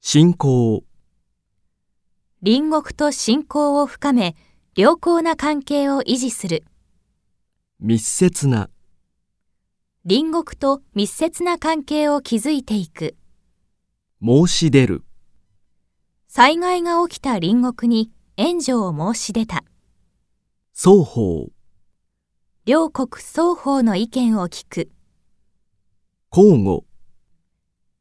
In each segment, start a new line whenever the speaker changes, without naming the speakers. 信仰、
隣国と親交を深め、良好な関係を維持する。
密接な、
隣国と密接な関係を築いていく。
申し出る、
災害が起きた隣国に援助を申し出た。
双方、
両国双方の意見を聞く。
交互、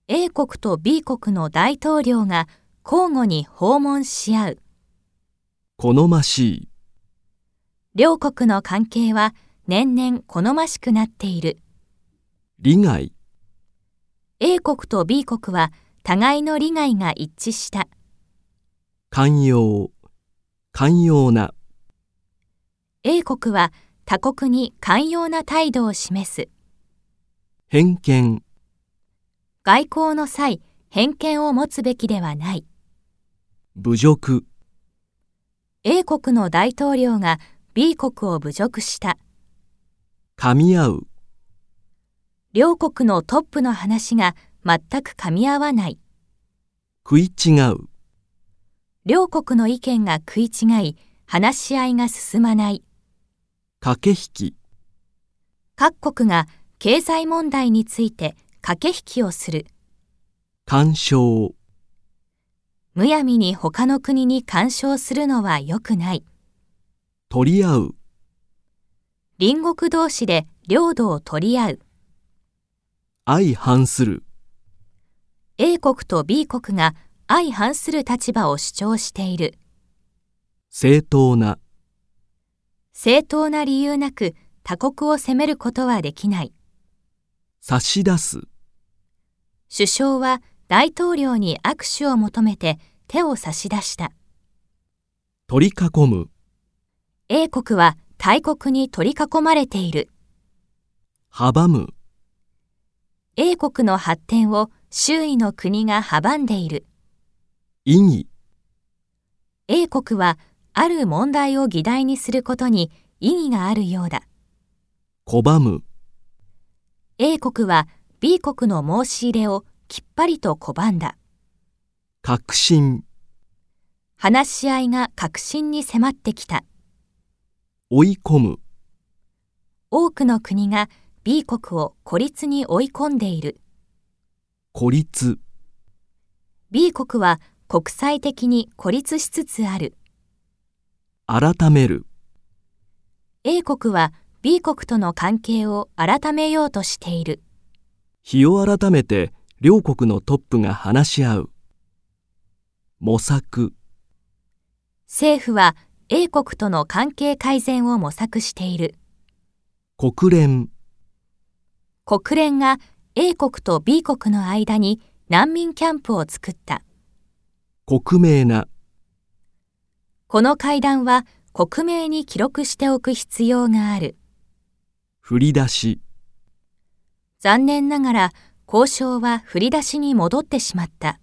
A 国と B 国の大統領が交互に訪問し合う。
好ましい、
両国の関係は年々好ましくなっている。
利害、
A 国と B 国は互いの利害が一致した。
寛容、寛容な、
A 国は他国に寛容な態度を示す。
偏見、
外交の際、偏見を持つべきではない。
侮辱、
A 国の大統領が B 国を侮辱した。
噛み合う、
両国のトップの話が全く噛み合わない。
食い違う、
両国の意見が食い違い、話し合いが進まない。
駆け引き、
各国が経済問題について駆け引きをする。
干渉、
むやみに他の国に干渉するのは良くない。
取り合う、
隣国同士で領土を取り合う。
相反する、
A 国と B 国が相反する立場を主張している。
正当な、
正当な理由なく他国を責めることはできない。
差し出す、
首相は大統領に握手を求めて手を差し出した。
取り囲む、
A 国は大国に取り囲まれている。
阻む、
A 国の発展を周囲の国が阻んでいる。
意義、
A 国はある問題を議題にすることに意義があるようだ。
拒む、
A 国は B 国の申し入れをきっぱりと拒んだ。
確信、
話し合いが確信に迫ってきた。
追い込む、
多くの国が B 国を孤立に追い込んでいる。
孤立、
B 国は国際的に孤立しつつある。
改める、
A 国は B 国との関係を改めようとしている。
日を改めて両国のトップが話し合う模索
政府は A 国との関係改善を模索している。
国連
国連が A 国と B 国の間に難民キャンプを作った。
国名な
この会談は国名に記録しておく必要がある。
振り出し
残念ながら交渉は振り出しに戻ってしまった。